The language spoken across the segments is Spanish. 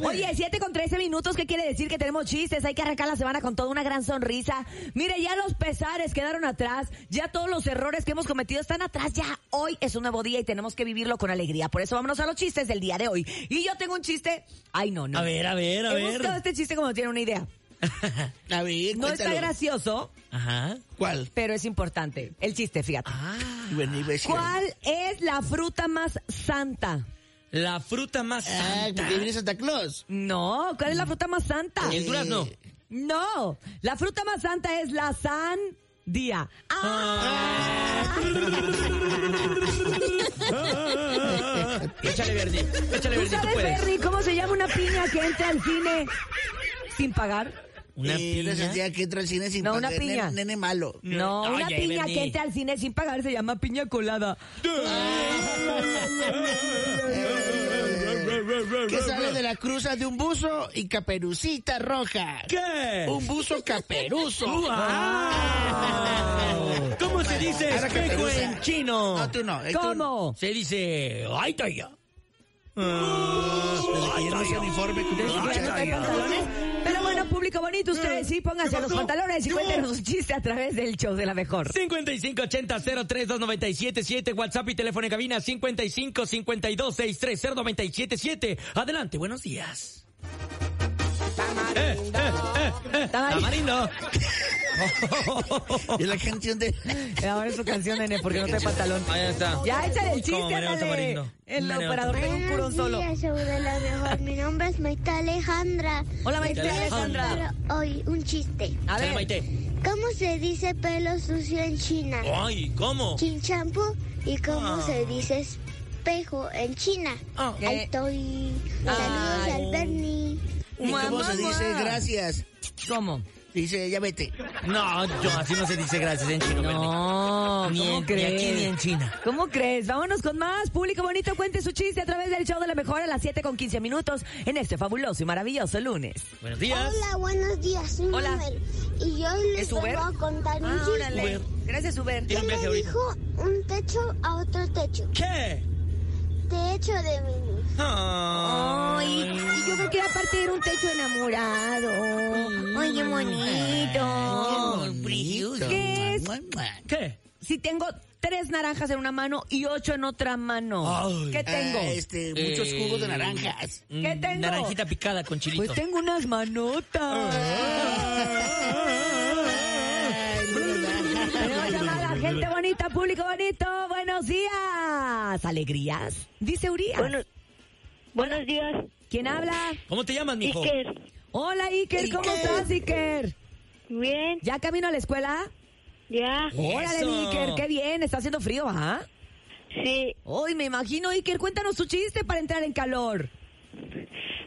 Oye, 7 con 13 minutos, ¿qué quiere decir? Que tenemos chistes, hay que arrancar la semana con toda una gran sonrisa. Mire, ya los pesares quedaron atrás, ya todos los errores que hemos cometido están atrás, ya hoy es un nuevo día y tenemos que vivirlo con alegría. Por eso vámonos a los chistes del día de hoy. Y yo tengo un chiste, ay no, no. A ver, a ver, a He ver. buscado este chiste como no tiene una idea. a ver, No está cuéntalo. gracioso, Ajá. ¿Cuál? pero es importante. El chiste, fíjate. Ah. Bueno, iba a decir- ¿Cuál es la fruta más santa? La fruta más Ah, santa. porque viene Santa Claus. No, ¿cuál es la fruta más santa? Eh, El durazno. No, la fruta más santa es la sandía. Ah. Échale, Verdi. Échale, ¿Tú Verdi, tú sabes, puedes. Berry, cómo se llama una piña que entra al cine sin pagar? Una Eh, piña. no sé, tía, que entra al cine sin No, una pagar. Nene- piña. Nene, malo. No, una Oye, piña Bernie. que entra al cine sin pagar se llama piña colada. Que sale de la cruza de un buzo y caperucita roja. ¿Qué? Un buzo caperuso. ¡Guau! ¿Cómo se dice Ahora espejo caperuza. en chino? Ah. No, tú no. eh, tú- ¿Cómo? Se dice. ¡Ay, taya! Ah. Ay, no es uniforme. Ya no trae pantalones. Pero bueno, público bonito, ustedes sí pónganse los pantalones y cuéntenos un chiste a través del show de la mejor. 5580-032977, WhatsApp y teléfono en cabina 5552-630-977. Adelante, buenos días. Eh, eh, eh, eh, Tamarindo. Es la canción de... Ahora es su canción, nene, porque no trae pantalón. Ahí está. Ya échale el Como chiste, Mariano ándale. Tamarindo. El Mariano operador de un curón solo. Buenos días, show de la mejor. Mi nombre es Maite Alejandra. Hola, maestra Les Alejandra. contaré Hoy un chiste. A Chale, ver, Maite. ¿Cómo se dice pelo sucio en China? Ay, Oh. ¿cómo? Chinchampú. ¿Y cómo Ah. se dice espejo en China? Ah. Ahí estoy. Saludos eh. Ay. al Bernie. ¿Y ¿Cómo se dice gracias? ¿Cómo? Dice, ya vete. No, yo así no se dice gracias en chino. Bernie. No, Ni ¿cómo en- ni crees? aquí ni en China. ¿Cómo crees? Vámonos con más. Público bonito, cuente su chiste a través del show de la mejor a las 7 con 15 minutos en este fabuloso y maravilloso lunes. Buenos días. Hola, buenos días. Soy Hola. Manuel. Y yo les ¿Es Uber? vengo a contar un Ah, chiste. órale. Gracias, Uber. Tiene un ¿Qué viaje le ahorita. dijo un techo a otro techo? ¿Qué? Te echo de menos. Ah. Oh. Ay, y yo creo que aparte era un techo enamorado. Ay, qué bonito. Oh. ¿Qué es? ¿Qué? Si tengo tres naranjas en una mano y ocho en otra mano, Ay. ¿qué tengo? Ah, este, muchos Eh, jugos de naranjas. ¿Qué Mm, tengo? Naranjita picada con chilito. Pues tengo unas manotas. Tenemos llamada, gente bonita, público bonito. Buenos días. Alegrías. Dice Urias. Bueno, buenos días, ¿Quién habla? ¿Cómo te llamas, mijo? Iker. Hola, Iker. ¿Cómo Iker. estás, Iker? Bien, ¿Ya camino a la escuela? ya, Órale, mi Eso. Iker. Qué bien. Está haciendo frío, ¿ah? sí. Hoy me imagino, Iker. Cuéntanos tu chiste para entrar en calor.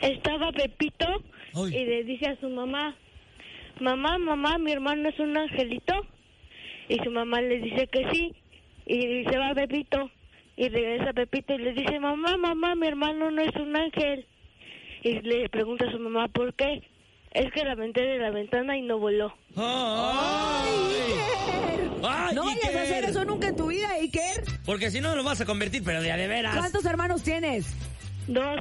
Estaba Pepito Ay. y le dice a su mamá, mamá, mamá, mi hermano es un angelito. Y su mamá le dice que sí. Y se va Pepito. Y regresa Pepito y le dice, mamá, mamá, mi hermano no es un ángel. Y le pregunta a su mamá, ¿por qué? Es que la aventé de la ventana y no voló. ¡Ay! ¡Ay, No vayas a Iker! hacer eso nunca en tu vida, Iker. Porque si no lo vas a convertir, pero de a de veras. ¿Cuántos hermanos tienes? Dos,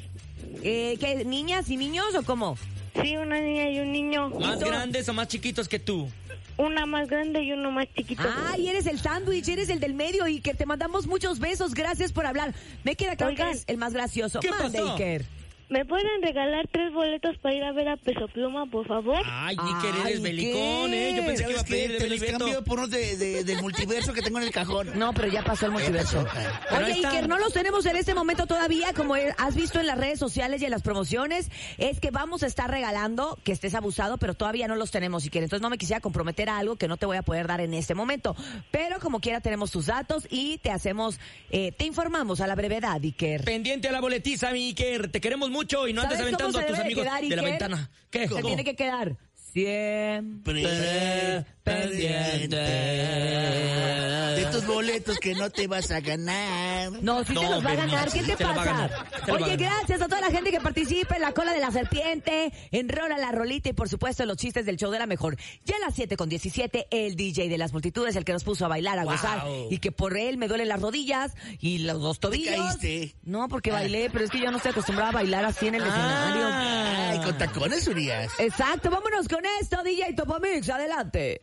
Eh, ¿qué, ¿Niñas y niños o cómo? sí, una niña y un niño. ¿Más grandes o más chiquitos que tú? Una más grande y uno más chiquito. Ay, eres el sándwich, eres el del medio, Iker. Te mandamos muchos besos. Gracias por hablar. Me queda claro que Oigan. eres el más gracioso. ¿Qué Mande, pasó? Iker. ¿Me pueden regalar tres boletos para ir a ver a Peso Pluma, por favor? Ay, Iker, eres Ay, belicón, Iker. ¿eh? Yo pensé que iba ¿Sabes a qué? pedir de Te los cambio Belibeto. por unos de, de- del multiverso que tengo en el cajón. No, pero ya pasó el multiverso. Pero ahí Oye, está. Iker, no los tenemos en este momento todavía, como eh, has visto en las redes sociales y en las promociones, es que vamos a estar regalando que estés abusado, pero todavía no los tenemos, Iker. Entonces no me quisiera comprometer a algo que no te voy a poder dar en este momento. Pero como quiera tenemos tus datos y te hacemos, eh, te informamos a la brevedad, Iker. Pendiente a la boletiza, mi Iker. Te queremos mucho y no andes ¿Sabes cómo se aventando a tus debe de amigos quedar, de la Iker? ventana. ¿Qué? Se ¿Cómo? tiene que quedar siempre Pre- pendiente. De tus boletos que no te vas a ganar. No, sí te No, los va a hombre, no, ganar. ¿Qué sí te te los va a pasa? ganar, te los va a Oye, ganar. gracias a toda la gente que participa en la cola de la serpiente, en Rola la Rolita y por supuesto en los chistes del show de la mejor. Ya a las 7 con 17, el DJ de las multitudes, el que nos puso a bailar, a Wow. gozar y que por él me duelen las rodillas y los dos tobillos. caíste? Ah. No, porque bailé, pero es que yo no estoy acostumbrada a bailar así en el escenario. con tacones, Urias. Exacto, vámonos con esto, DJ Topomix, adelante.